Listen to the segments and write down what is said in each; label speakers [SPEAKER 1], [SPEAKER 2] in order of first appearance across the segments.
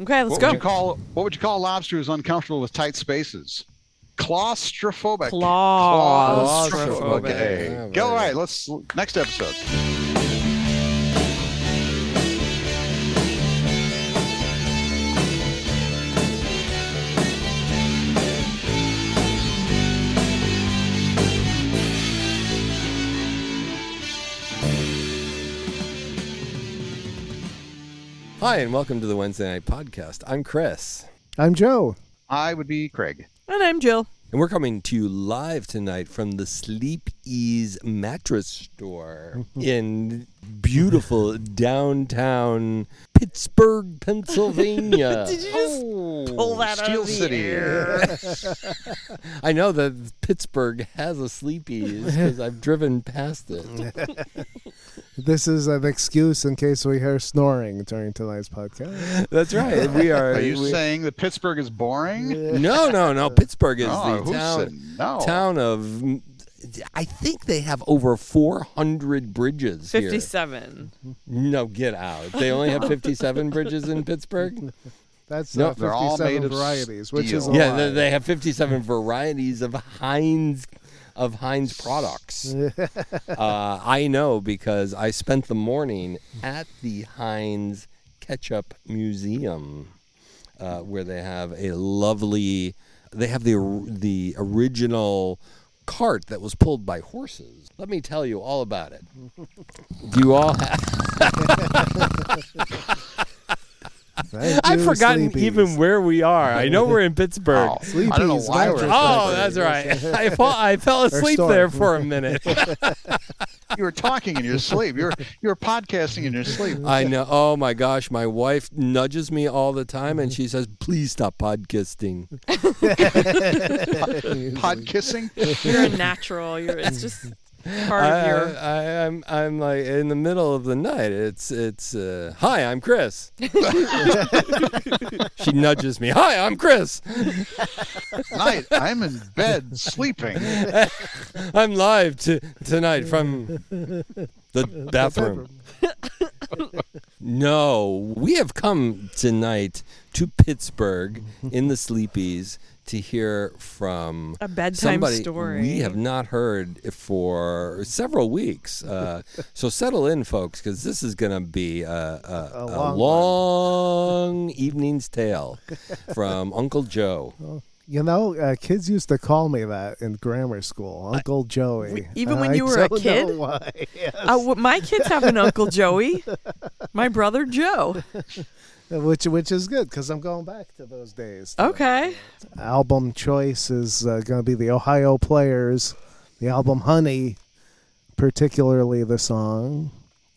[SPEAKER 1] Okay, let's
[SPEAKER 2] What
[SPEAKER 1] go.
[SPEAKER 2] would you call what would you call a lobster who's uncomfortable with tight spaces? Claustrophobic.
[SPEAKER 1] Claustrophobic.
[SPEAKER 2] Okay. Go all right. Let's next episode.
[SPEAKER 3] Hi, and welcome to the Wednesday Night Podcast. I'm Chris,
[SPEAKER 4] I'm Joe.
[SPEAKER 2] I would be Craig.
[SPEAKER 1] And I'm Jill.
[SPEAKER 3] and we're coming to you live tonight from the Sleep Ease Mattress Store in beautiful downtown Pittsburgh, Pennsylvania.
[SPEAKER 1] Did you just pull that out
[SPEAKER 2] Steel
[SPEAKER 1] of the
[SPEAKER 2] City.
[SPEAKER 1] air?
[SPEAKER 3] I know that Pittsburgh has a Sleep Ease because I've driven past it.
[SPEAKER 4] This is an excuse in case we hear snoring during tonight's podcast.
[SPEAKER 3] That's right. We are.
[SPEAKER 2] Are you
[SPEAKER 3] we-
[SPEAKER 2] saying that Pittsburgh is boring?
[SPEAKER 3] No, no, no. Pittsburgh is
[SPEAKER 2] Oh,
[SPEAKER 3] the
[SPEAKER 2] who
[SPEAKER 3] town.
[SPEAKER 2] said no?
[SPEAKER 3] town of I think they have over 400 bridges here.
[SPEAKER 1] 57.
[SPEAKER 3] No, get out. They only have 57 bridges in Pittsburgh?
[SPEAKER 4] That's
[SPEAKER 3] No,
[SPEAKER 4] uh,
[SPEAKER 2] they're all
[SPEAKER 4] 57
[SPEAKER 2] made of
[SPEAKER 4] varieties, which is a
[SPEAKER 2] steel.
[SPEAKER 3] Yeah,
[SPEAKER 4] yeah,
[SPEAKER 3] they, they have 57 varieties of Heinz of Heinz products. uh, I know because I spent the morning at the Heinz Ketchup Museum, uh, where they have a lovely. They have the or- the original cart that was pulled by horses. Let me tell you all about it. Do you all? Have, I've forgotten even where we are. I know we're in Pittsburgh.
[SPEAKER 2] Oh, I don't know
[SPEAKER 4] Sleepy's
[SPEAKER 2] why
[SPEAKER 4] not
[SPEAKER 2] we're.
[SPEAKER 4] just-
[SPEAKER 3] Oh, that's right. I fell, I fell asleep
[SPEAKER 4] storm.
[SPEAKER 3] there for a minute.
[SPEAKER 2] You were talking in your sleep. You were you were podcasting in your sleep.
[SPEAKER 3] I know. Oh my gosh, my wife nudges me all the time, and she says, "Please stop podcasting."
[SPEAKER 2] Pod kissing.
[SPEAKER 1] You're a natural. You're, it's just part
[SPEAKER 3] I,
[SPEAKER 1] of your.
[SPEAKER 3] I, am I'm like in the middle of the night. It's it's. Uh, Hi, I'm Chris. she nudges me. Hi, I'm Chris.
[SPEAKER 2] Night. I'm in bed sleeping.
[SPEAKER 3] I'm live to, tonight from the bathroom. no, we have come tonight to Pittsburgh
[SPEAKER 4] Mm-hmm.
[SPEAKER 3] in the Sleepies to hear from
[SPEAKER 1] A bedtime
[SPEAKER 3] somebody
[SPEAKER 1] story.
[SPEAKER 3] we have not heard for several weeks. Uh, so settle in, folks, because this is going to be a, a,
[SPEAKER 4] A
[SPEAKER 3] a
[SPEAKER 4] long one.
[SPEAKER 3] long evening's tale from Uncle Joe.
[SPEAKER 4] You know, uh, kids used to call me that in grammar school, Uncle Joey.
[SPEAKER 1] even
[SPEAKER 4] And
[SPEAKER 1] when
[SPEAKER 4] I
[SPEAKER 1] you were a
[SPEAKER 4] don't
[SPEAKER 1] kid?
[SPEAKER 4] know why.
[SPEAKER 1] Uh, w- my kids have an Uncle Joey, my brother Joe.
[SPEAKER 4] which which is good because I'm going back to those days.
[SPEAKER 1] Okay.
[SPEAKER 4] Album choice is uh, going to be the Ohio Players, the album Honey, particularly the song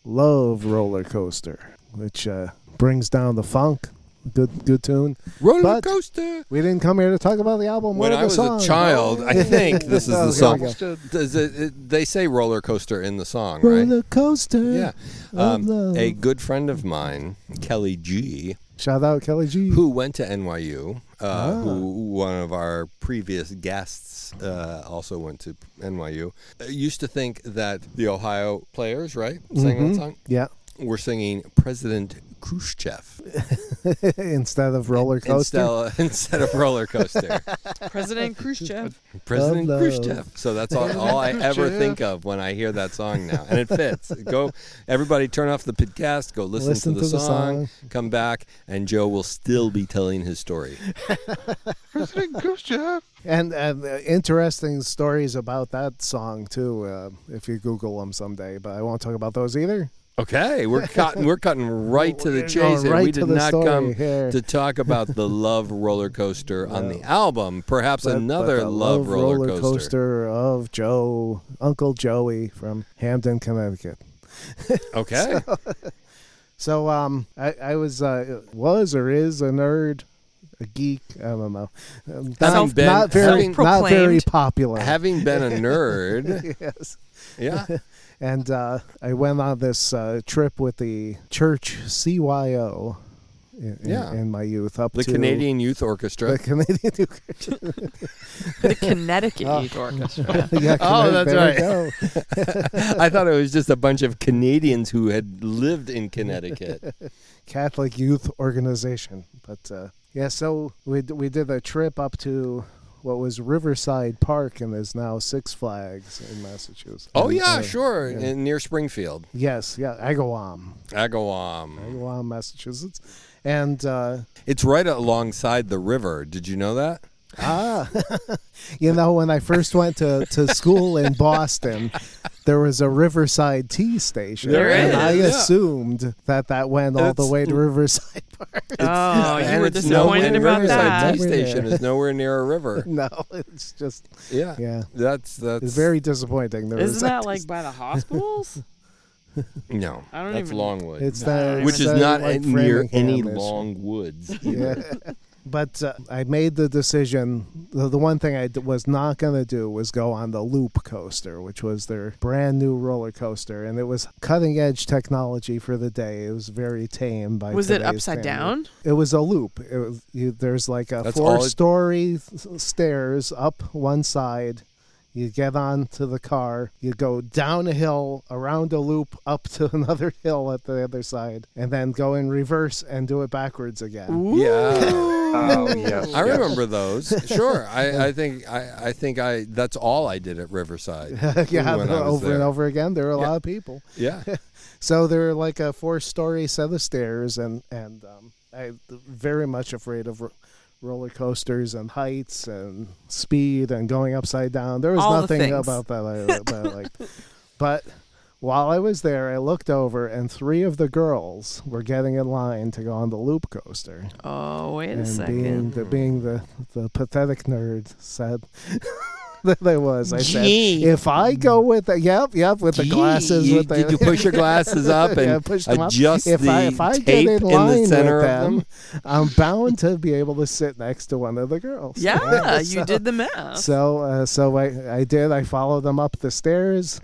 [SPEAKER 4] Love Roller Coaster, which uh, brings down the funk. Good good tune.
[SPEAKER 3] Roller
[SPEAKER 4] But-
[SPEAKER 3] coaster.
[SPEAKER 4] We didn't come here to talk about the album.
[SPEAKER 3] when
[SPEAKER 4] or the
[SPEAKER 3] I was
[SPEAKER 4] song.
[SPEAKER 3] a child, I think this is
[SPEAKER 4] Oh,
[SPEAKER 3] the
[SPEAKER 4] here
[SPEAKER 3] song.
[SPEAKER 4] we go.
[SPEAKER 3] Does it- it- they say roller coaster in the song, right?
[SPEAKER 4] Roller coaster.
[SPEAKER 3] Yeah.
[SPEAKER 4] of
[SPEAKER 3] Um,
[SPEAKER 4] love.
[SPEAKER 3] a good friend of mine, Kelly G,
[SPEAKER 4] Shout out Kelly G.
[SPEAKER 3] who went to NYU, uh,
[SPEAKER 4] Ah.
[SPEAKER 3] who one of our previous guests uh, also went to NYU, uh, used to think that the Ohio players, right, sang
[SPEAKER 4] Mm-hmm.
[SPEAKER 3] that song,
[SPEAKER 4] Yeah.
[SPEAKER 3] were singing President Khrushchev
[SPEAKER 4] Instead of roller coaster.
[SPEAKER 3] instead, instead of roller coaster.
[SPEAKER 1] President Khrushchev.
[SPEAKER 3] President
[SPEAKER 4] Hello.
[SPEAKER 3] Khrushchev. So that's all, all I ever
[SPEAKER 2] Khrushchev.
[SPEAKER 3] think of when I hear that song now, and it fits. Go, everybody, turn off the podcast. Go listen,
[SPEAKER 4] Listen
[SPEAKER 3] to, the,
[SPEAKER 4] to the
[SPEAKER 3] song,
[SPEAKER 4] song.
[SPEAKER 3] Come back, and Joe will still be telling his story.
[SPEAKER 2] President Khrushchev.
[SPEAKER 4] And, and uh, interesting stories about that song too. Uh, if you Google them someday, but I won't talk about those either.
[SPEAKER 3] Okay, we're cutting. We're cutting right to the
[SPEAKER 4] We're
[SPEAKER 3] chase.
[SPEAKER 4] going
[SPEAKER 3] here. we
[SPEAKER 4] right to
[SPEAKER 3] did
[SPEAKER 4] the
[SPEAKER 3] not
[SPEAKER 4] story
[SPEAKER 3] come
[SPEAKER 4] here.
[SPEAKER 3] to talk about the Love Roller Coaster on the album. Perhaps
[SPEAKER 4] But- but
[SPEAKER 3] another
[SPEAKER 4] the
[SPEAKER 3] love, roller, coaster.
[SPEAKER 4] of Joe, Uncle Joey from Hamden, Connecticut.
[SPEAKER 3] Okay.
[SPEAKER 4] So um, I, I was uh, was or is a nerd, a geek. I don't know. Um,
[SPEAKER 3] Having
[SPEAKER 4] Not,
[SPEAKER 3] been-
[SPEAKER 4] not very, not very
[SPEAKER 1] Self-proclaimed.
[SPEAKER 4] popular.
[SPEAKER 3] Having been a nerd,
[SPEAKER 4] yes.
[SPEAKER 3] yeah.
[SPEAKER 4] And uh, I went on this uh, trip with the church CYO in, in-
[SPEAKER 3] Yeah.
[SPEAKER 4] in, my youth up
[SPEAKER 3] The
[SPEAKER 4] to
[SPEAKER 3] Canadian Youth Orchestra.
[SPEAKER 4] the Canadian Youth Orchestra.
[SPEAKER 1] The Connecticut
[SPEAKER 4] Oh.
[SPEAKER 1] Youth Orchestra.
[SPEAKER 4] Yeah,
[SPEAKER 3] Oh, that's
[SPEAKER 4] there you go.
[SPEAKER 3] I thought it was just a bunch of Canadians who had lived in Connecticut.
[SPEAKER 4] Catholic Youth Organization. But uh, yeah, so we d- we did a trip up to what was Riverside Park and is now Six Flags in Massachusetts.
[SPEAKER 3] Oh yeah,
[SPEAKER 4] Uh,
[SPEAKER 3] sure,
[SPEAKER 4] yeah.
[SPEAKER 3] in, near Springfield,
[SPEAKER 4] Yes, yeah, Agawam,
[SPEAKER 3] Agawam.
[SPEAKER 4] Agawam, Massachusetts, and uh,
[SPEAKER 3] It's right alongside the river. Did you know that?
[SPEAKER 4] Ah, you know, when I first went to, to school in Boston, there was a Riverside Tea Station,
[SPEAKER 3] There
[SPEAKER 4] and
[SPEAKER 1] is,
[SPEAKER 4] I
[SPEAKER 3] yeah.
[SPEAKER 4] assumed that that went all the
[SPEAKER 3] That's-
[SPEAKER 4] way to Riverside Park.
[SPEAKER 1] oh, you
[SPEAKER 3] And
[SPEAKER 1] were
[SPEAKER 3] it's
[SPEAKER 1] disappointed
[SPEAKER 3] nowhere-
[SPEAKER 1] about
[SPEAKER 3] Riverside
[SPEAKER 1] that.
[SPEAKER 3] Tea
[SPEAKER 4] Over there.
[SPEAKER 3] Station is nowhere near a river.
[SPEAKER 4] No, it's just
[SPEAKER 3] Yeah,
[SPEAKER 4] yeah,
[SPEAKER 3] that's that's
[SPEAKER 4] it's very disappointing. There was
[SPEAKER 1] Isn't that like by the hospitals?
[SPEAKER 3] no.
[SPEAKER 1] I don't
[SPEAKER 3] that's
[SPEAKER 1] even-
[SPEAKER 3] Longwood,
[SPEAKER 4] it's that,
[SPEAKER 3] which
[SPEAKER 4] it's
[SPEAKER 3] is
[SPEAKER 4] that,
[SPEAKER 3] not
[SPEAKER 4] like,
[SPEAKER 3] at- near
[SPEAKER 4] Framingham
[SPEAKER 3] any
[SPEAKER 4] issue.
[SPEAKER 3] long woods.
[SPEAKER 4] Yeah. But uh, I made the decision. The, the one thing I d- was not going to do was go on the Loop coaster, which was their brand new roller coaster, and it was cutting edge technology for the day. It was very tame by
[SPEAKER 1] Was it
[SPEAKER 4] today's
[SPEAKER 1] upside
[SPEAKER 4] standard.
[SPEAKER 1] down?
[SPEAKER 4] It was a loop. It was, you, there's like a
[SPEAKER 3] That's
[SPEAKER 4] four
[SPEAKER 3] all it-
[SPEAKER 4] story s- stairs up one side. You get onto the car, you go down a hill, around a loop, up to another hill at the other side, and then go in reverse and do it backwards again.
[SPEAKER 3] Yeah.
[SPEAKER 2] Oh, yes.
[SPEAKER 3] I remember those. Sure, I, I think I, I think I. That's all I did at Riverside.
[SPEAKER 4] yeah,
[SPEAKER 3] when I was
[SPEAKER 4] over and
[SPEAKER 3] there.
[SPEAKER 4] over again. There are a
[SPEAKER 3] Yeah.
[SPEAKER 4] lot of people.
[SPEAKER 3] Yeah,
[SPEAKER 4] So there are like a four-story set of stairs, and and um, I'm very much afraid of ro- roller coasters and heights and speed and going upside down. There was
[SPEAKER 1] All the
[SPEAKER 4] nothing
[SPEAKER 1] things.
[SPEAKER 4] about that I, that I liked. But while I was there, I looked over, and three of the girls were getting in line to go on the loop coaster.
[SPEAKER 1] Oh, wait a
[SPEAKER 4] and being
[SPEAKER 1] second.
[SPEAKER 4] the being the, the pathetic nerd said that I was. I
[SPEAKER 1] Gee.
[SPEAKER 4] said, if I go with the yep, yep, with the glasses,
[SPEAKER 3] You,
[SPEAKER 4] with the
[SPEAKER 3] did you push your glasses up and
[SPEAKER 4] Yeah, push them up.
[SPEAKER 3] adjust
[SPEAKER 4] If
[SPEAKER 3] the
[SPEAKER 4] I if I get
[SPEAKER 3] tape
[SPEAKER 4] in line
[SPEAKER 3] the center
[SPEAKER 4] with
[SPEAKER 3] of
[SPEAKER 4] them,
[SPEAKER 3] them?
[SPEAKER 4] I'm bound to be able to sit next to one of the girls.
[SPEAKER 1] Yeah, you
[SPEAKER 4] So-
[SPEAKER 1] did the math.
[SPEAKER 4] So uh, so I I did. I followed them up the stairs,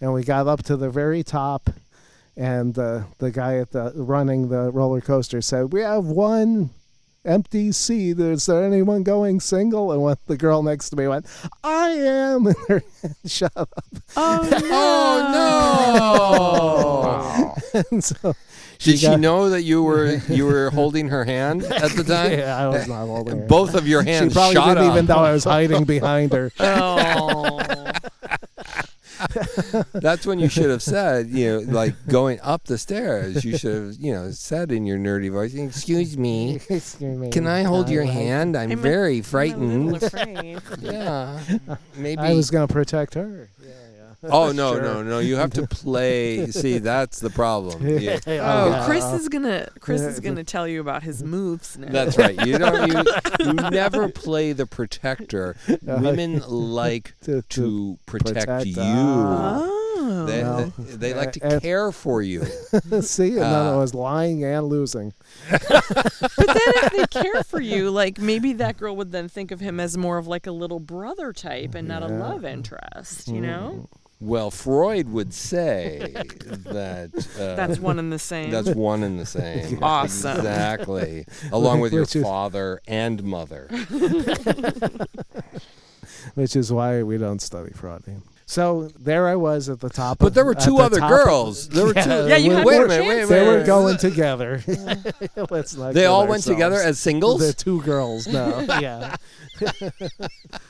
[SPEAKER 4] and we got up to the very top. And uh, the guy at the running the roller coaster said, "We have one empty seat. Is there anyone going single?" And one, the girl next to me went, "I am." And shut up.
[SPEAKER 1] oh no!
[SPEAKER 3] Oh no!
[SPEAKER 2] Wow.
[SPEAKER 4] And so
[SPEAKER 3] Did she
[SPEAKER 4] got-
[SPEAKER 3] know that you were you were holding her hand at the time?
[SPEAKER 4] yeah, I was not holding her.
[SPEAKER 3] Both of your
[SPEAKER 4] She
[SPEAKER 3] hands
[SPEAKER 4] probably
[SPEAKER 3] shot
[SPEAKER 4] didn't
[SPEAKER 3] up.
[SPEAKER 4] even know I was hiding behind her.
[SPEAKER 1] Oh.
[SPEAKER 3] That's when you should have said, you know, like going up the stairs. You should have, you know, said in your nerdy voice, "Excuse me,
[SPEAKER 4] Excuse me.
[SPEAKER 3] can I hold your
[SPEAKER 4] I-
[SPEAKER 3] hand? I'm
[SPEAKER 1] I'm a-
[SPEAKER 3] very
[SPEAKER 1] I'm a
[SPEAKER 3] frightened."
[SPEAKER 1] little afraid.
[SPEAKER 3] Yeah, maybe.
[SPEAKER 4] I was going to protect her. Yeah, yeah.
[SPEAKER 3] oh no,
[SPEAKER 4] Sure.
[SPEAKER 3] no, no! You have to play. See, that's the problem. You-
[SPEAKER 1] Oh,
[SPEAKER 4] yeah.
[SPEAKER 1] Chris is gonna Chris is
[SPEAKER 4] Yeah.
[SPEAKER 1] gonna tell you about his moves now.
[SPEAKER 3] That's right. You don't. You, you never play the protector. Women like to,
[SPEAKER 4] To- Uh, to
[SPEAKER 3] protect,
[SPEAKER 4] protect-
[SPEAKER 3] you.
[SPEAKER 4] Ah.
[SPEAKER 1] Oh.
[SPEAKER 3] They,
[SPEAKER 4] No.
[SPEAKER 3] they, they like
[SPEAKER 4] Uh,
[SPEAKER 3] to care for you.
[SPEAKER 4] See, and then I
[SPEAKER 3] Uh,
[SPEAKER 4] was lying and losing.
[SPEAKER 1] but then if they care for you, like maybe that girl would then think of him as more of like a little brother type and not a
[SPEAKER 4] Yeah.
[SPEAKER 1] love interest, you know?
[SPEAKER 3] Well, Freud would say that uh,
[SPEAKER 1] That's one and the same.
[SPEAKER 3] that's one and the same.
[SPEAKER 1] Awesome.
[SPEAKER 3] Exactly. Along with your
[SPEAKER 4] Which is-
[SPEAKER 3] father and mother.
[SPEAKER 4] which is why we don't study fraud. So there I was at the top.
[SPEAKER 3] But
[SPEAKER 4] of-
[SPEAKER 3] there were
[SPEAKER 4] at
[SPEAKER 3] two
[SPEAKER 4] the
[SPEAKER 3] other
[SPEAKER 4] top of-
[SPEAKER 3] girls. There were two.
[SPEAKER 1] yeah, you
[SPEAKER 4] we-
[SPEAKER 1] had
[SPEAKER 3] wait
[SPEAKER 1] more
[SPEAKER 3] a minute, wait a
[SPEAKER 1] chances.
[SPEAKER 4] They were
[SPEAKER 3] minute.
[SPEAKER 4] going together. Let's not
[SPEAKER 3] They
[SPEAKER 4] kid
[SPEAKER 3] all went together
[SPEAKER 4] ourselves.
[SPEAKER 3] as singles.
[SPEAKER 4] The two girls, no, yeah.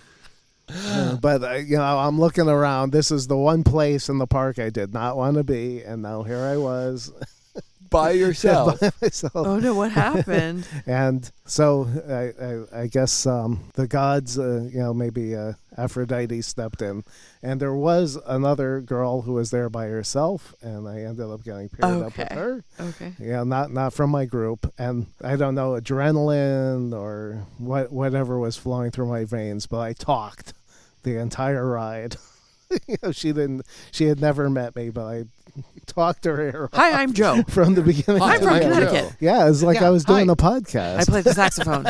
[SPEAKER 4] Uh, but uh, you know, I'm looking around. This is the one place in the park I did not want to be, and now here I was
[SPEAKER 3] by yourself.
[SPEAKER 4] by myself.
[SPEAKER 1] Oh no, what happened?
[SPEAKER 4] And so I, I, I guess um, the gods, uh, you know, maybe uh, Aphrodite stepped in. And there was another girl who was there by herself, and I ended up getting paired up with
[SPEAKER 1] Okay.
[SPEAKER 4] her.
[SPEAKER 1] Okay.
[SPEAKER 4] Yeah, not not from my group, and I don't know adrenaline or what whatever was flowing through my veins, but I talked the entire ride. you know, she didn't, she had never met me, but I talked her ear off
[SPEAKER 1] Hi, I'm Joe.
[SPEAKER 4] from the beginning.
[SPEAKER 3] Hi,
[SPEAKER 1] I'm
[SPEAKER 4] to
[SPEAKER 1] from
[SPEAKER 4] the end.
[SPEAKER 3] Joe.
[SPEAKER 1] Connecticut.
[SPEAKER 4] Yeah, it's like
[SPEAKER 2] Yeah,
[SPEAKER 4] I was doing
[SPEAKER 2] hi.
[SPEAKER 4] a podcast.
[SPEAKER 1] I play the saxophone.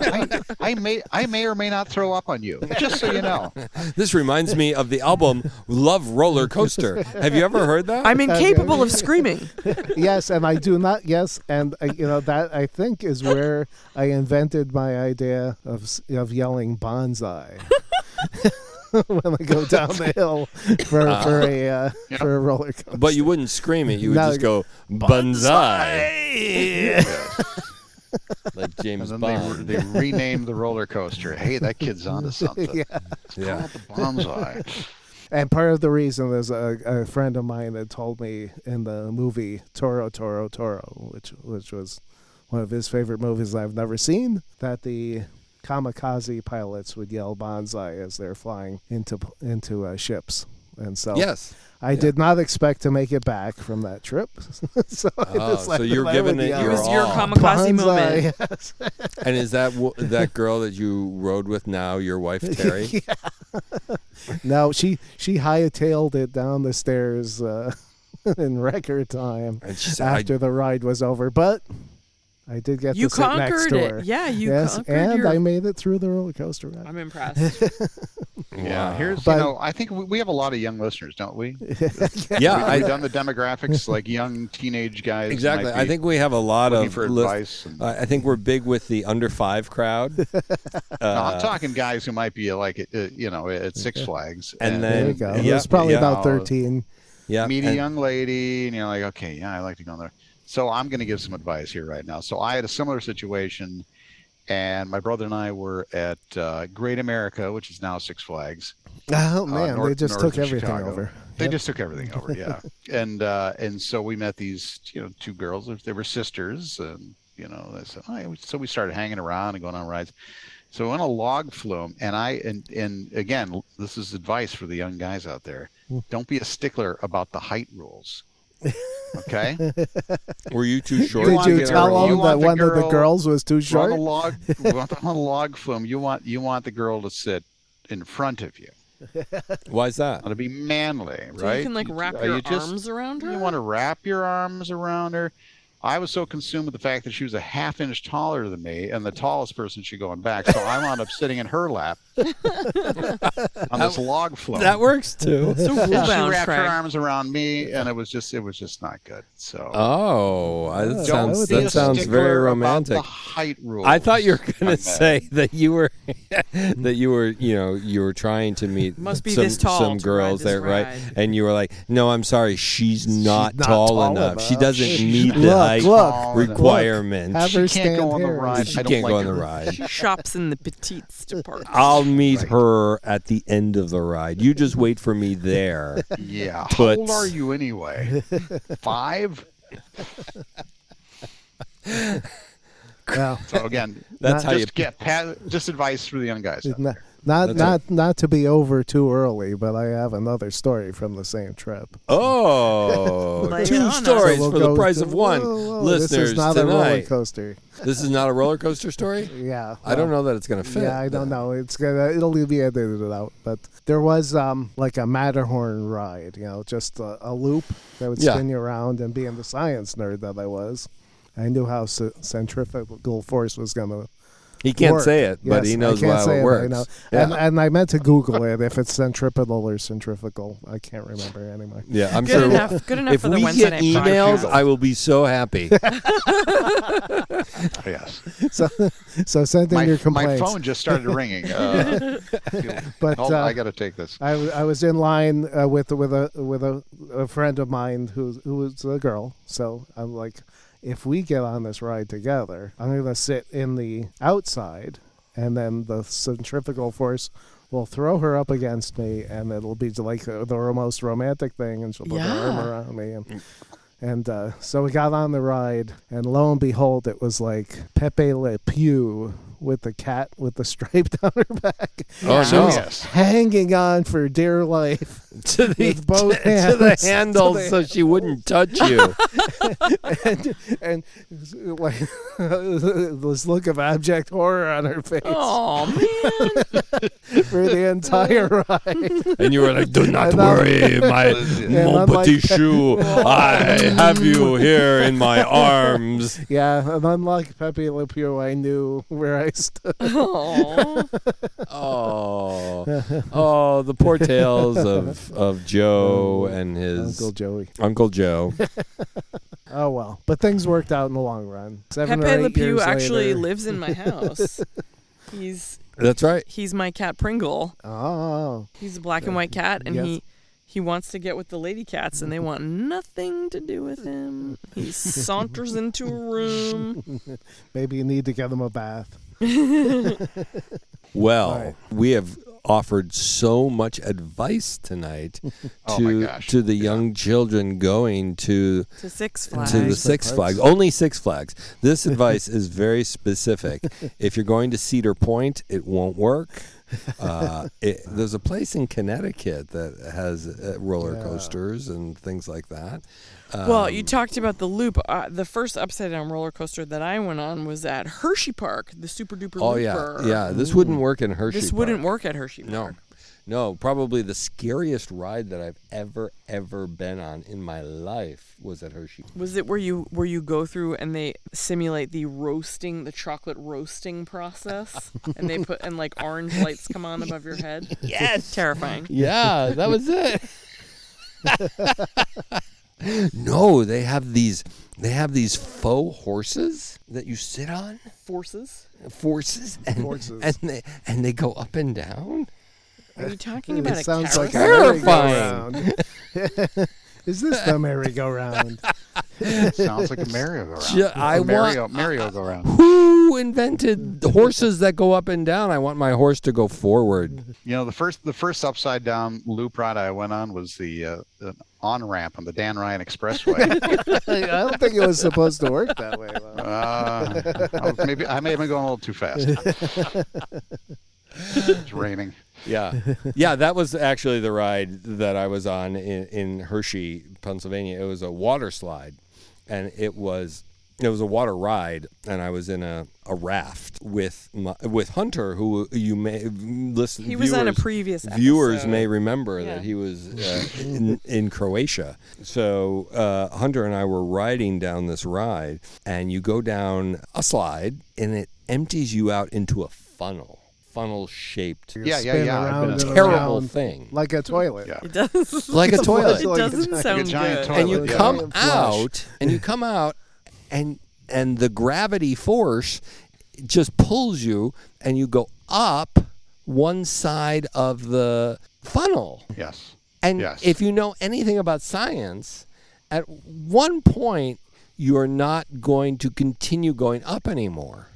[SPEAKER 2] I, I may I may or may not throw up on you. Just so you know.
[SPEAKER 3] This reminds me of the album Love Roller Coaster. Have you ever heard that?
[SPEAKER 1] I'm incapable of screaming.
[SPEAKER 4] yes, and I do not. Yes, and I, you know that I think is where I invented my idea of s- of yelling bonsai when I go down the hill for for a uh, for a roller coaster.
[SPEAKER 3] Ah. but you wouldn't scream it. You would
[SPEAKER 4] No.
[SPEAKER 3] just go bonsai. like James
[SPEAKER 2] And then
[SPEAKER 3] Bond.
[SPEAKER 2] they, re- they renamed the roller coaster. Hey, that kid's onto something. It's
[SPEAKER 3] Yeah.
[SPEAKER 2] called the bonsai.
[SPEAKER 4] And part of the reason is a, a friend of mine had told me in the movie Toro Toro Toro, which which was one of his favorite movies I've never seen, that the kamikaze pilots would yell bonsai as they're flying into into uh, ships. And so
[SPEAKER 3] Yes.
[SPEAKER 4] I did not expect to make it back from that trip. so I
[SPEAKER 3] Oh, so
[SPEAKER 4] decided
[SPEAKER 3] you're
[SPEAKER 4] I
[SPEAKER 3] giving
[SPEAKER 4] would
[SPEAKER 3] it
[SPEAKER 4] yell,
[SPEAKER 1] It was your
[SPEAKER 3] all-
[SPEAKER 1] kamikaze moment.
[SPEAKER 4] "Bonsai."
[SPEAKER 3] And is that wo- that girl that you rode with now your wife Terry?
[SPEAKER 4] no, she she hightailed it down the stairs uh, in record time.
[SPEAKER 3] And she said, I-
[SPEAKER 4] after the ride was over. But I did get
[SPEAKER 1] You
[SPEAKER 4] to sit next
[SPEAKER 1] conquered
[SPEAKER 4] to her.
[SPEAKER 1] it. Yeah, you
[SPEAKER 4] yes,
[SPEAKER 1] conquered
[SPEAKER 4] and
[SPEAKER 1] your.
[SPEAKER 4] I made it through the roller coaster ride.
[SPEAKER 1] I'm impressed.
[SPEAKER 2] Yeah.
[SPEAKER 3] Wow.
[SPEAKER 2] Here's
[SPEAKER 4] But-
[SPEAKER 2] you know, I think we, we have a lot of young listeners, don't we? We've
[SPEAKER 3] yeah, I,
[SPEAKER 2] done the demographics like young teenage guys.
[SPEAKER 3] exactly.
[SPEAKER 2] might
[SPEAKER 3] I
[SPEAKER 2] be
[SPEAKER 3] think uh, we have a lot
[SPEAKER 2] looking
[SPEAKER 3] of
[SPEAKER 2] for
[SPEAKER 3] lis-
[SPEAKER 2] advice. And,
[SPEAKER 3] I I think we're big with the under five crowd.
[SPEAKER 2] no, I'm talking guys who might be like uh, you know at Six Flags.
[SPEAKER 3] And
[SPEAKER 4] there you
[SPEAKER 3] And-
[SPEAKER 4] go.
[SPEAKER 3] yeah,
[SPEAKER 4] it was probably
[SPEAKER 3] yeah.
[SPEAKER 4] about thirteen.
[SPEAKER 3] Yeah,
[SPEAKER 2] meet a
[SPEAKER 3] and-
[SPEAKER 2] young lady and you're like okay yeah i like to go there so i'm going to give some advice here right now so i had a similar situation and my brother and i were at uh, great america which is now six flags
[SPEAKER 4] Oh
[SPEAKER 2] uh,
[SPEAKER 4] man, they
[SPEAKER 2] north-
[SPEAKER 4] just
[SPEAKER 2] north
[SPEAKER 4] took
[SPEAKER 2] of
[SPEAKER 4] everything
[SPEAKER 2] Chicago.
[SPEAKER 4] over.
[SPEAKER 2] they
[SPEAKER 4] Yep.
[SPEAKER 2] just took everything over yeah and uh, and so we met these you know two girls they were sisters and you know they said, "Hi." so we started hanging around and going on rides so we went on a log flume and i and and again this is advice for the young guys out there
[SPEAKER 4] Hmm.
[SPEAKER 2] don't be a stickler about the height rules okay
[SPEAKER 3] were you too short?
[SPEAKER 2] You
[SPEAKER 4] Did
[SPEAKER 2] want
[SPEAKER 4] you
[SPEAKER 2] the
[SPEAKER 4] tell
[SPEAKER 2] girl-
[SPEAKER 4] them
[SPEAKER 2] you
[SPEAKER 4] that
[SPEAKER 2] want the
[SPEAKER 4] one of the
[SPEAKER 2] girl-
[SPEAKER 4] girls was too
[SPEAKER 2] We're on
[SPEAKER 4] short?
[SPEAKER 2] a log we're on a log flume you want you want the girl to sit in front of you
[SPEAKER 3] Why is that?
[SPEAKER 2] want to be manly right
[SPEAKER 1] So you can like wrap
[SPEAKER 2] uh,
[SPEAKER 1] your
[SPEAKER 2] you just-
[SPEAKER 1] arms around her.
[SPEAKER 2] You want to wrap your arms around her. I was so consumed with the fact that she was a half inch taller than me and the tallest person she going back. So I wound up sitting in her lap on this log float.
[SPEAKER 3] That works too.
[SPEAKER 1] it's a
[SPEAKER 2] And
[SPEAKER 1] rule
[SPEAKER 2] she
[SPEAKER 1] bound
[SPEAKER 2] wrapped her
[SPEAKER 1] track.
[SPEAKER 2] arms around me and it was just it was just not good. So
[SPEAKER 3] Oh, I- that
[SPEAKER 4] Don't
[SPEAKER 3] sounds
[SPEAKER 4] be a
[SPEAKER 3] that sounds
[SPEAKER 2] stickler
[SPEAKER 3] very
[SPEAKER 2] about
[SPEAKER 3] romantic.
[SPEAKER 2] the height rules.
[SPEAKER 3] I thought you were
[SPEAKER 2] on
[SPEAKER 3] gonna
[SPEAKER 2] that.
[SPEAKER 3] say that you were that you were you know you were trying to meet
[SPEAKER 1] Must be
[SPEAKER 3] some,
[SPEAKER 1] this tall
[SPEAKER 3] some
[SPEAKER 1] to
[SPEAKER 3] girls
[SPEAKER 1] ride
[SPEAKER 3] there
[SPEAKER 1] this
[SPEAKER 3] right
[SPEAKER 1] ride.
[SPEAKER 3] and you were like no I'm sorry she's not,
[SPEAKER 4] not
[SPEAKER 3] tall,
[SPEAKER 4] tall
[SPEAKER 3] enough. she
[SPEAKER 4] enough.
[SPEAKER 3] doesn't
[SPEAKER 2] She's
[SPEAKER 3] meet
[SPEAKER 2] not
[SPEAKER 3] the
[SPEAKER 4] Look,
[SPEAKER 3] height
[SPEAKER 4] look,
[SPEAKER 2] look.
[SPEAKER 3] requirement
[SPEAKER 4] Have her
[SPEAKER 2] She can't
[SPEAKER 4] stand
[SPEAKER 2] go on the
[SPEAKER 4] here.
[SPEAKER 2] ride.
[SPEAKER 3] she
[SPEAKER 2] I don't
[SPEAKER 3] can't go
[SPEAKER 2] like
[SPEAKER 3] on the
[SPEAKER 2] her.
[SPEAKER 3] ride
[SPEAKER 1] She shops in the petites department.
[SPEAKER 3] I'll meet
[SPEAKER 2] Right.
[SPEAKER 3] her at the end of the ride you just wait for me there
[SPEAKER 2] Yeah.
[SPEAKER 3] Toots.
[SPEAKER 2] How old are you anyway? Five?
[SPEAKER 4] Well,
[SPEAKER 2] So Oh, again,
[SPEAKER 3] that's how
[SPEAKER 2] just
[SPEAKER 3] you
[SPEAKER 2] get pa- just advice for the young guys. out
[SPEAKER 4] not not
[SPEAKER 3] That's
[SPEAKER 4] not, not to be over too early, but I have another story from the same trip.
[SPEAKER 3] oh
[SPEAKER 1] Lay it on
[SPEAKER 3] two
[SPEAKER 1] us.
[SPEAKER 3] stories
[SPEAKER 4] So we'll
[SPEAKER 3] for
[SPEAKER 4] go
[SPEAKER 3] the price
[SPEAKER 4] with
[SPEAKER 3] of
[SPEAKER 4] the-
[SPEAKER 3] one
[SPEAKER 4] whoa, whoa,
[SPEAKER 3] listeners
[SPEAKER 4] this is not a roller
[SPEAKER 3] tonight
[SPEAKER 4] coaster.
[SPEAKER 3] this is not a roller coaster story
[SPEAKER 4] Yeah,
[SPEAKER 3] I
[SPEAKER 4] well,
[SPEAKER 3] don't know that it's gonna fit
[SPEAKER 4] Yeah, I don't
[SPEAKER 3] though.
[SPEAKER 4] know. It's gonna it'll be edited out, but there was um like a Matterhorn ride, you know, just a, a loop that would
[SPEAKER 3] Yeah.
[SPEAKER 4] spin you around. And being the science nerd that I was, I knew how c- centrifugal force was gonna.
[SPEAKER 3] He can't
[SPEAKER 4] work.
[SPEAKER 3] say it, but
[SPEAKER 4] Yes,
[SPEAKER 3] he
[SPEAKER 4] I
[SPEAKER 3] knows
[SPEAKER 4] can't
[SPEAKER 3] why
[SPEAKER 4] say
[SPEAKER 3] it
[SPEAKER 4] I
[SPEAKER 3] works.
[SPEAKER 4] know.
[SPEAKER 3] Yeah.
[SPEAKER 4] And, and I meant to Google it if it's centripetal or centrifugal. I can't remember anyway.
[SPEAKER 3] yeah, I'm
[SPEAKER 1] Good
[SPEAKER 3] sure.
[SPEAKER 1] enough. Good enough
[SPEAKER 3] If
[SPEAKER 1] for the
[SPEAKER 3] we
[SPEAKER 1] Wednesday night
[SPEAKER 3] get emails,
[SPEAKER 1] podcast.
[SPEAKER 3] I will be so happy.
[SPEAKER 2] there. Yes.
[SPEAKER 4] So, so send in
[SPEAKER 2] my,
[SPEAKER 4] your
[SPEAKER 2] my
[SPEAKER 4] complaints.
[SPEAKER 2] phone Oh just started ringing. Uh,
[SPEAKER 4] But,
[SPEAKER 2] hold-
[SPEAKER 4] uh,
[SPEAKER 2] I got to take this.
[SPEAKER 3] Oh,
[SPEAKER 4] I, w- I was in line uh, with with a with a, a friend of mine who who was a girl. So I'm like, if we get on this ride together, I'm gonna sit in the outside, and then the centrifugal force will throw her up against me, and it'll be like the, the most romantic thing, and she'll put her arm
[SPEAKER 1] Yeah.
[SPEAKER 4] around me, and and uh, so we got on the ride, and lo and behold, it was like Pepe Le Pew with the cat with the stripe down her back
[SPEAKER 3] Oh
[SPEAKER 2] So
[SPEAKER 3] no!
[SPEAKER 2] yes,
[SPEAKER 4] hanging on for dear life.
[SPEAKER 3] to the,
[SPEAKER 4] With both
[SPEAKER 3] to the
[SPEAKER 4] hands.
[SPEAKER 3] handle
[SPEAKER 4] To the
[SPEAKER 3] so she wouldn't touch you.
[SPEAKER 4] and, and like this look of abject horror on her face
[SPEAKER 1] Oh man!
[SPEAKER 4] for the entire ride.
[SPEAKER 3] and you were like, "Do not
[SPEAKER 4] And I'm-
[SPEAKER 3] worry, my mon
[SPEAKER 4] I'm like-
[SPEAKER 3] petit chou. I have you here in my arms."
[SPEAKER 4] Yeah, and unlike Pepe Le Pew, I knew where I stood.
[SPEAKER 1] Oh,
[SPEAKER 3] Oh, oh, the poor tales of of Joe and his
[SPEAKER 4] Oh, Uncle
[SPEAKER 3] Uncle,
[SPEAKER 4] Joey.
[SPEAKER 3] Joe.
[SPEAKER 4] Oh well, but things worked out in the long run. Seven
[SPEAKER 1] Pepe
[SPEAKER 4] or
[SPEAKER 1] Le
[SPEAKER 4] eight
[SPEAKER 1] Pew
[SPEAKER 4] years
[SPEAKER 1] actually
[SPEAKER 4] later.
[SPEAKER 1] lives in my house. He's
[SPEAKER 3] That's right.
[SPEAKER 1] he's my cat Pringle.
[SPEAKER 4] Oh,
[SPEAKER 1] He's a black and white
[SPEAKER 3] Uh,
[SPEAKER 1] cat, and
[SPEAKER 4] Yes.
[SPEAKER 1] he he wants to get with the lady cats, and they want nothing to do with him. He saunters into a room.
[SPEAKER 4] maybe you need to give him a bath.
[SPEAKER 3] Well,
[SPEAKER 4] Right.
[SPEAKER 3] we have offered so much advice tonight
[SPEAKER 2] Oh my
[SPEAKER 3] to
[SPEAKER 2] gosh.
[SPEAKER 3] to the young children going to
[SPEAKER 1] To Six
[SPEAKER 3] to the
[SPEAKER 1] Flags.
[SPEAKER 4] Nice.
[SPEAKER 3] Six Flags. Only Six Flags. This advice is very specific. If you're going to Cedar Point, it won't work. Uh, it, there's a place in Connecticut that has uh, roller
[SPEAKER 4] Yeah.
[SPEAKER 3] coasters and things like that.
[SPEAKER 1] well,
[SPEAKER 3] Um,
[SPEAKER 1] you talked about the loop. Uh, the first upside down roller coaster that I went on was at Hershey Park, the super duper
[SPEAKER 3] Oh yeah,
[SPEAKER 1] looper.
[SPEAKER 3] yeah. This wouldn't work in Hershey.
[SPEAKER 1] This wouldn't
[SPEAKER 3] Park.
[SPEAKER 1] work at Hershey Park.
[SPEAKER 3] No, no. Probably the scariest ride that I've ever ever been on in my life was at Hershey.
[SPEAKER 1] Was it where you where you go through and they simulate the roasting, the chocolate roasting process, and they put and like orange lights come on above your head? Yes, terrifying.
[SPEAKER 3] Yeah, that was it. no, they have these they have these faux horses that you sit on,
[SPEAKER 1] Forces.
[SPEAKER 3] forces and
[SPEAKER 4] Horses.
[SPEAKER 3] and they and they go up and down.
[SPEAKER 1] Are you talking
[SPEAKER 4] It
[SPEAKER 1] about a
[SPEAKER 4] sounds like a
[SPEAKER 1] carousel?
[SPEAKER 3] Terrifying.
[SPEAKER 4] merry-go-round. Is this the merry-go-round?
[SPEAKER 2] Sounds like a merry-go-round.
[SPEAKER 3] Ju- I
[SPEAKER 2] a Mario,
[SPEAKER 3] want-
[SPEAKER 2] merry-go-round.
[SPEAKER 3] Who invented the horses that go up and down? I want my horse to go forward.
[SPEAKER 2] You know, the first the first upside down loop ride I went on was the uh, on ramp on the Dan Ryan Expressway.
[SPEAKER 4] I don't think it was supposed to work that way. Though.
[SPEAKER 2] uh, I was maybe I may have been going a little too fast. it's raining.
[SPEAKER 3] Yeah. Yeah, that was actually the ride that I was on in, in Hershey, Pennsylvania. It was a water slide and it was it was a water ride and I was in a, a raft with my, with Hunter who you may listen
[SPEAKER 1] He was on a
[SPEAKER 3] viewers-
[SPEAKER 1] previous episode.
[SPEAKER 3] viewers may remember
[SPEAKER 1] Yeah.
[SPEAKER 3] that he was uh, in, in Croatia. So uh, Hunter and I were riding down this ride, and you go down a slide, and it empties you out into a funnel, funnel shaped,
[SPEAKER 2] Yeah, yeah,
[SPEAKER 4] Spin
[SPEAKER 2] yeah, I've
[SPEAKER 4] around
[SPEAKER 2] been
[SPEAKER 4] and
[SPEAKER 3] terrible
[SPEAKER 4] around
[SPEAKER 3] thing.
[SPEAKER 4] like a toilet.
[SPEAKER 2] Yeah.
[SPEAKER 1] It does.
[SPEAKER 3] like a toilet.
[SPEAKER 1] It
[SPEAKER 4] Like a
[SPEAKER 1] doesn't
[SPEAKER 4] giant-
[SPEAKER 1] sound
[SPEAKER 2] like a giant
[SPEAKER 1] good.
[SPEAKER 2] toilet.
[SPEAKER 3] and you
[SPEAKER 2] yeah.
[SPEAKER 3] come
[SPEAKER 4] Flush.
[SPEAKER 3] out, and you come out, and and the gravity force just pulls you, and you go up one side of the funnel.
[SPEAKER 2] Yes.
[SPEAKER 3] And
[SPEAKER 2] Yes.
[SPEAKER 3] if you know anything about science, at one point you're not going to continue going up anymore.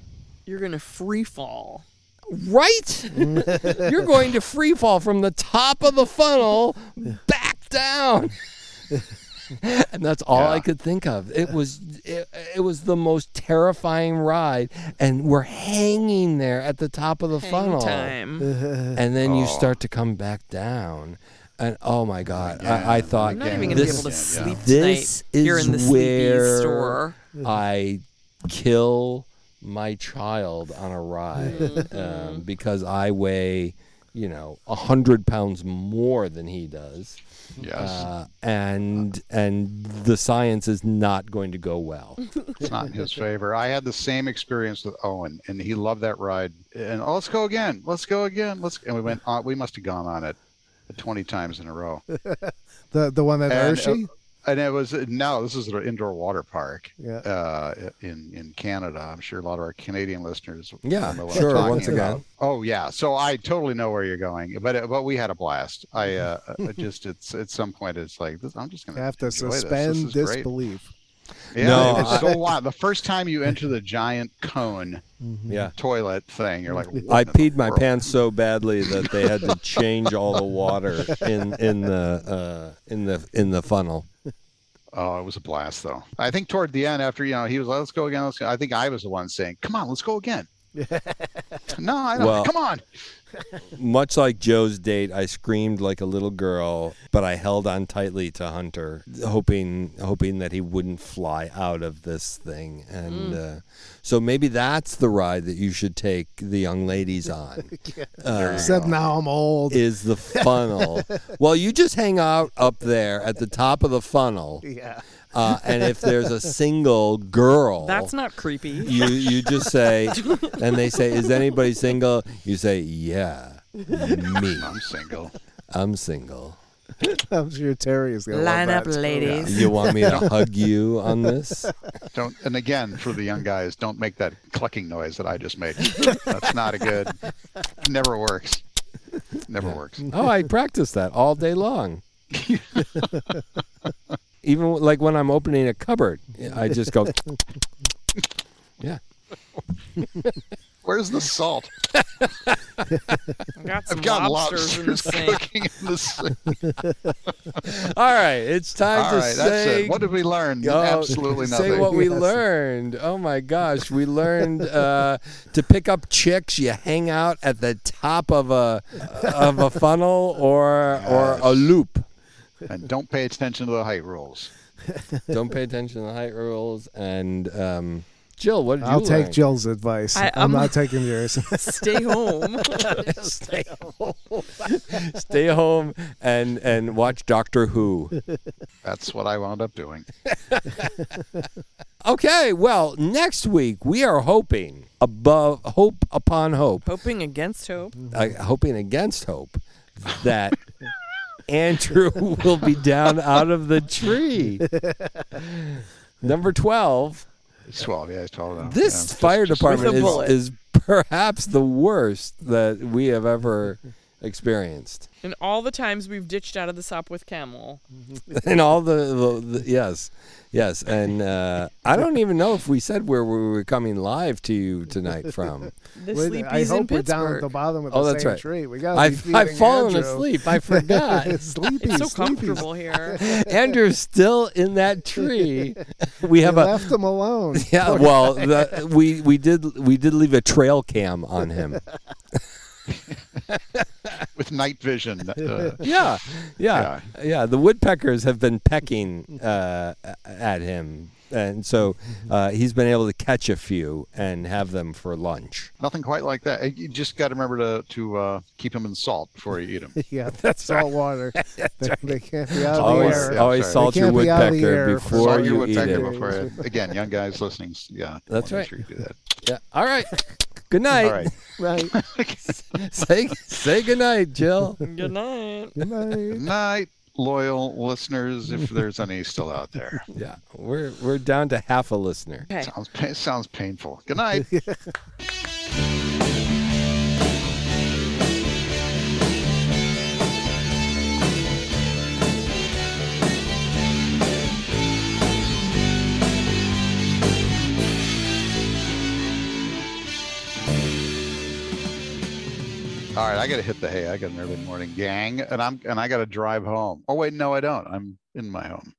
[SPEAKER 1] You're gonna free fall.
[SPEAKER 3] Right? you're going to free fall from the top of the funnel back down. and that's all I
[SPEAKER 2] Yeah.
[SPEAKER 3] could think of. It was it, it was the most terrifying ride and we're hanging there at the top of the
[SPEAKER 1] Hang
[SPEAKER 3] funnel
[SPEAKER 1] time.
[SPEAKER 3] and then you start to come back down. And oh my god, I, I thought
[SPEAKER 1] I'm not even gonna
[SPEAKER 3] this,
[SPEAKER 1] be able to sleep
[SPEAKER 3] this
[SPEAKER 1] tonight. Here
[SPEAKER 3] is
[SPEAKER 1] in the
[SPEAKER 3] where-
[SPEAKER 1] sleepy store.
[SPEAKER 3] I kill my child on a ride
[SPEAKER 1] Mm-hmm.
[SPEAKER 3] um, because I weigh, you know, a hundred pounds more than he does,
[SPEAKER 2] Yes.
[SPEAKER 3] uh, and and the science is not going to go well.
[SPEAKER 2] it's not in his favor. I had the same experience with Owen, and he loved that ride. And oh, let's go again. Let's go again. Let's. And we went. On, we must have gone on it twenty times in a row.
[SPEAKER 4] The the one at
[SPEAKER 2] And, uh,
[SPEAKER 4] Hershey.
[SPEAKER 2] And it was no. This is an indoor water park.
[SPEAKER 4] Yeah.
[SPEAKER 2] Uh, in in Canada, I'm sure a lot of our Canadian listeners.
[SPEAKER 3] Yeah,
[SPEAKER 2] know what I'm
[SPEAKER 3] sure.
[SPEAKER 2] talking
[SPEAKER 3] Once
[SPEAKER 2] about.
[SPEAKER 3] again,
[SPEAKER 2] Oh yeah, so I totally know where you're going, but uh, but we had a blast. I uh, uh, just it's at some point it's like this, I'm just
[SPEAKER 4] You
[SPEAKER 2] gonna
[SPEAKER 4] have to
[SPEAKER 2] enjoy this.
[SPEAKER 4] suspend
[SPEAKER 2] This is great.
[SPEAKER 4] disbelief.
[SPEAKER 2] Yeah,
[SPEAKER 3] No,
[SPEAKER 2] it was
[SPEAKER 3] I-
[SPEAKER 2] so wild. The first time you enter the giant cone
[SPEAKER 3] yeah.
[SPEAKER 2] toilet thing, you're like,
[SPEAKER 3] I
[SPEAKER 2] "What in the
[SPEAKER 3] peed my
[SPEAKER 2] world?"
[SPEAKER 3] pants so badly that they had to change all the water in in the uh, in the in the funnel.
[SPEAKER 2] Oh, it was a blast though. I think toward the end, after you know, he was like, "Let's go again." Let's go. I think I was the one saying, "Come on, let's go again." no, I don't.
[SPEAKER 3] Well-
[SPEAKER 2] Come on.
[SPEAKER 3] Much like Joe's date, I screamed like a little girl, but I held on tightly to Hunter, hoping hoping that he wouldn't fly out of this thing. And uh, so maybe that's the ride that you should take the young ladies on. Uh,
[SPEAKER 4] Except now I'm old.
[SPEAKER 3] is the funnel. well, you just hang out up there at the top of the funnel,
[SPEAKER 4] yeah.
[SPEAKER 3] uh, and if there's a single girl,
[SPEAKER 1] That's not creepy.
[SPEAKER 3] you you just say, and they say, "Is anybody single?" You say, "Yeah, me.
[SPEAKER 2] I'm single.
[SPEAKER 3] I'm single."
[SPEAKER 4] I'm sure Terry is going to
[SPEAKER 1] Line up,
[SPEAKER 4] that.
[SPEAKER 1] ladies.
[SPEAKER 3] You want me to hug you on this?
[SPEAKER 2] Don't. And again, for the young guys, don't make that clucking noise that I just made. That's not a good. Never works. Never works.
[SPEAKER 3] Oh, I practice that all day long. Even like when I'm opening a cupboard, I just go, "Yeah."
[SPEAKER 2] Where's the salt?
[SPEAKER 1] I've got some
[SPEAKER 2] I've got
[SPEAKER 1] lobsters, in the
[SPEAKER 2] lobsters
[SPEAKER 1] sink.
[SPEAKER 2] cooking in the sink.
[SPEAKER 3] All right, it's time
[SPEAKER 2] All
[SPEAKER 3] to
[SPEAKER 2] right,
[SPEAKER 3] say
[SPEAKER 2] that's it. What did we learn?
[SPEAKER 3] Oh,
[SPEAKER 2] Absolutely nothing.
[SPEAKER 3] Say what we
[SPEAKER 4] Yes.
[SPEAKER 3] learned. Oh my gosh, we learned uh, to pick up chicks. You hang out at the top of a of a funnel or or a
[SPEAKER 2] Yes.
[SPEAKER 3] loop.
[SPEAKER 2] and don't pay attention to the height rules.
[SPEAKER 3] Don't pay attention to the height rules. And um, Jill, what did
[SPEAKER 4] I'll
[SPEAKER 3] you
[SPEAKER 4] take
[SPEAKER 3] learn?
[SPEAKER 4] Jill's advice. I,
[SPEAKER 1] I-
[SPEAKER 4] am
[SPEAKER 1] I'm-
[SPEAKER 4] not taking yours.
[SPEAKER 1] Stay home.
[SPEAKER 3] Stay home. Stay home and and watch Doctor Who.
[SPEAKER 2] That's what I wound up doing.
[SPEAKER 3] Okay, well, next week we are hoping above hope upon hope.
[SPEAKER 1] Hoping against hope.
[SPEAKER 3] I, uh, hoping against hope that Andrew will be down out of the tree. Number 12,
[SPEAKER 2] It's 12. Yeah, it's 12 now.
[SPEAKER 3] this
[SPEAKER 2] Yeah.
[SPEAKER 3] fire
[SPEAKER 1] With a
[SPEAKER 3] department
[SPEAKER 1] bullet.
[SPEAKER 3] is, is perhaps the worst that we have ever experienced.
[SPEAKER 1] And all the times we've ditched out of the sop with camel.
[SPEAKER 3] And all the, the, the yes, yes. And uh, I don't even know if we said where we were coming live to you tonight from.
[SPEAKER 1] The
[SPEAKER 4] Wait,
[SPEAKER 1] sleepies
[SPEAKER 4] I
[SPEAKER 1] in
[SPEAKER 4] hope we're
[SPEAKER 1] Pittsburgh.
[SPEAKER 4] down at the bottom of the
[SPEAKER 3] Oh,
[SPEAKER 4] same
[SPEAKER 3] that's right.
[SPEAKER 4] tree. We got
[SPEAKER 3] I've, I've fallen asleep. I forgot.
[SPEAKER 4] sleepy,
[SPEAKER 1] it's so
[SPEAKER 4] sleepy.
[SPEAKER 1] comfortable here.
[SPEAKER 3] Andrew's still in that tree. We
[SPEAKER 4] We
[SPEAKER 3] have a
[SPEAKER 4] left him alone.
[SPEAKER 3] Yeah, well, the, we we did we did leave a trail cam on him.
[SPEAKER 2] With night vision. uh,
[SPEAKER 3] Yeah, yeah, yeah. the woodpeckers have been pecking uh, at him, and so uh, he's been able to catch a few and have them for lunch.
[SPEAKER 2] nothing quite like that. Uh, You just got to remember to, to uh, keep them in salt before you eat them.
[SPEAKER 4] Yeah, that's salt water. they, they can't be out of the
[SPEAKER 3] Always,
[SPEAKER 2] air. Yeah,
[SPEAKER 3] always
[SPEAKER 2] sorry.
[SPEAKER 3] salt
[SPEAKER 4] They
[SPEAKER 3] your
[SPEAKER 4] can't be out of the
[SPEAKER 3] woodpecker
[SPEAKER 4] air.
[SPEAKER 3] before
[SPEAKER 4] Salt
[SPEAKER 2] you
[SPEAKER 3] you
[SPEAKER 2] would
[SPEAKER 3] eat
[SPEAKER 2] take
[SPEAKER 3] it.
[SPEAKER 2] it before you- Again, young guys listening. s- Yeah,
[SPEAKER 3] That's
[SPEAKER 2] wanna
[SPEAKER 3] right.
[SPEAKER 2] Make sure you do that.
[SPEAKER 3] Yeah. All right. Good night.
[SPEAKER 2] All right.
[SPEAKER 4] Right.
[SPEAKER 3] Say say good night, Jill.
[SPEAKER 1] Good night.
[SPEAKER 4] Good night.
[SPEAKER 2] Good night, loyal listeners, if there's any still out there.
[SPEAKER 3] Yeah, we're we're down to half a listener.
[SPEAKER 1] Okay.
[SPEAKER 2] Sounds, pa- sounds painful. Good night. All right, I got to hit the hay. I got an early morning gang, and I'm and I got to drive home. Oh wait, no, I don't. I'm in my home.